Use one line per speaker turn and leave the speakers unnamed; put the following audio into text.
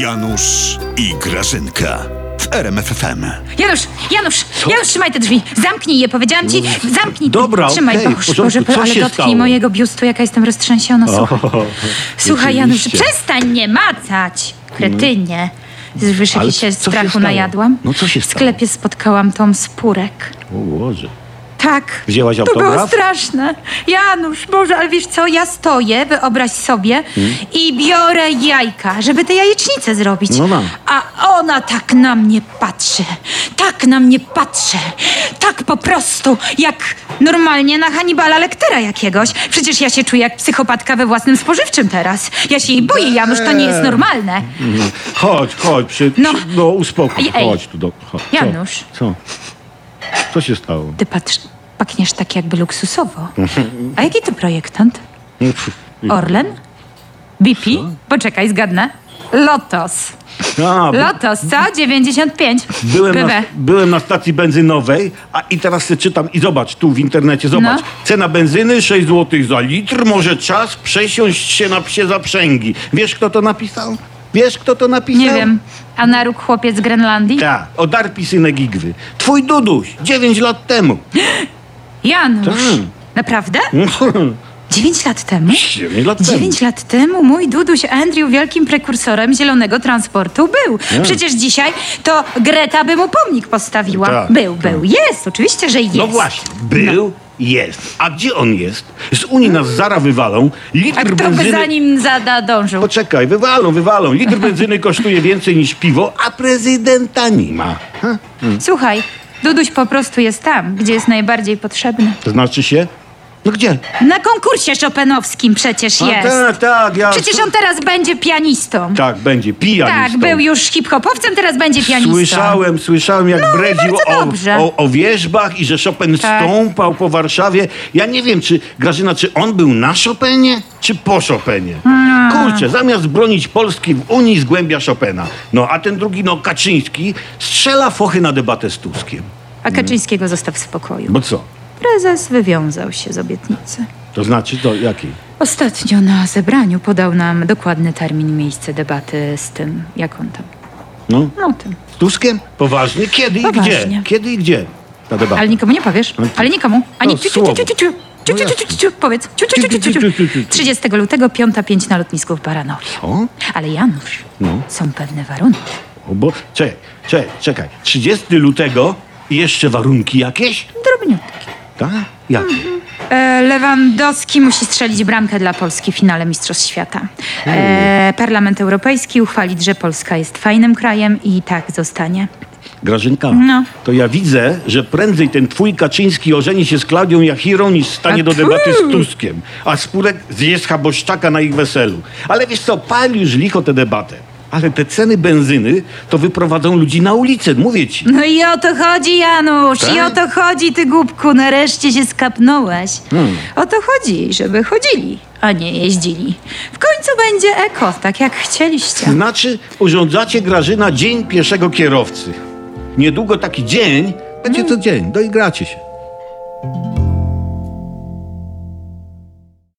Janusz i Grażynka w RMFFM.
Janusz, Janusz, Janusz, trzymaj te drzwi. Zamknij je, powiedziałam ci. Zamknij.
Mm. Dobra,
Trzymaj.
okej, w
Boże,
porządku.
Boże,
Co
ale
się
dotknij
stało?
mojego biustu, jaka jestem roztrzęsiona. Słuchaj,
O,
Słuchaj Janusz,
rzeczywiście.
przestań nie macać, kretynie. Wiesz,
Ale
jaki się
co się
strachu
stało?
najadłam?
No, co się
W sklepie spotkałam tą spórek.
O Boże.
Tak.
Wzięłaś
to
autograf?
było straszne. Janusz, Boże, ale wiesz co, ja stoję, wyobraź sobie,
Hmm?
i biorę jajka, żeby te jajecznice zrobić.
No mam.
A ona tak na mnie patrzy. Tak na mnie patrzy. Tak po prostu, jak normalnie na Hannibala Lektera jakiegoś. Przecież ja się czuję jak psychopatka we własnym spożywczym teraz. Ja się jej boję, Janusz, to nie
Eee.
jest normalne.
Chodź, chodź, przy,
No.
no. no uspokój,
Ej, ej.
chodź tu do... Chodź. Co?
Janusz.
Co? Co się stało?
Ty patrz, pakniesz tak jakby luksusowo. A jaki ty projektant?
Mhm.
Orlen? BP? Poczekaj, zgadnę. Lotos.
A, bo
Lotos, co? 95.
byłem, na,
PW.
byłem na stacji benzynowej, a i teraz se czytam i zobacz, tu w internecie, zobacz.
No.
Cena benzyny 6 zł za litr, może czas przesiąść się na psie zaprzęgi. Wiesz, kto to napisał? Wiesz, kto to napisał?
Nie wiem. A na róg chłopiec z Grenlandii?
Tak, odarpi synek Igwy. Twój Duduś, 9 lat temu.
Janusz.
Tak.
Naprawdę? 9 lat temu?
9 lat temu.
9 lat temu mój Duduś Andrew wielkim prekursorem zielonego transportu był.
No.
Przecież dzisiaj to Greta by mu pomnik postawiła.
Tak,
był, był. Jest, oczywiście, że jest.
No właśnie, był, jest. A gdzie on jest? Z Unii nas zara wywalą. Litr
A kto by
benzyny...
za nim zada dążył?
Poczekaj, wywalą, wywalą. Litr benzyny kosztuje więcej niż piwo, a prezydenta nie ma. Ha?
Słuchaj, Duduś po prostu jest tam, gdzie jest najbardziej potrzebny.
To znaczy się? No gdzie?
Na konkursie Chopinowskim przecież
A,
jest.
tak, tak, ja...
Przecież on teraz będzie pianistą.
Tak, będzie,
Tak,
pijanistą.
był już hip-hopowcem, teraz będzie pianistą.
Słyszałem, słyszałem, jak bredził
No, bardzo
o,
dobrze.
o, o wierzbach i że Chopin
Tak.
stąpał po Warszawie. Ja nie wiem, czy Grażyna, czy on był na Chopinie, czy po Chopinie.
Hmm.
Kurczę, zamiast bronić Polski w Unii zgłębia Chopina. No a ten drugi, no Kaczyński, strzela fochy na debatę z Tuskiem.
A Kaczyńskiego zostaw w spokoju.
Bo co?
Prezes wywiązał się z obietnicy.
To znaczy to jakiej?
Ostatnio na zebraniu podał nam dokładny termin i miejsce debaty z tym, jak on tam.
No,
No tym.
z Tuskiem? Poważnie? Kiedy
Poważnie.
i gdzie? Kiedy i gdzie? Ta debata.
Ale nikomu nie powiesz. Ale nikomu. Ani
No,
ciu, ciu,
słowo.
ciu, ciu, ciu. Ciu, ciu, ciu, ciu, ciu, ciu. Powiedz. Ciu, ciu, ciu, ciu, ciu, ciu. 30 lutego, 5.05 na lotnisku w Baranowie.
O?
Ale Janusz,
No.
są pewne warunki.
O, bo, czekaj, czekaj, czekaj. 30 lutego i jeszcze warunki jakieś?
Drobniutkie.
Tak? Jakie?
E, Lewandowski musi strzelić bramkę dla Polski w finale Mistrzostw Świata. E, Parlament Europejski uchwalić, że Polska jest fajnym krajem i tak zostanie.
Grażynka,
No.
to ja widzę, że prędzej ten twój Kaczyński ożeni się z Klaudią Jachirą niż stanie
A
do
tu.
debaty z Tuskiem, a Spurek zje schaboszczaka na ich weselu. Ale wiesz co, pal już licho tę debatę. Ale te ceny benzyny to wyprowadzą ludzi na ulicę, mówię ci.
No i o to chodzi, Janusz, i o
Tak?
to chodzi, ty głupku, nareszcie się skapnąłeś. O to chodzi, żeby chodzili, a nie jeździli. W końcu będzie eko, tak jak chcieliście.
Znaczy, urządzacie
No.
Grażyna dzień pieszego kierowcy. Niedługo taki dzień będzie co dzień, doigracie się.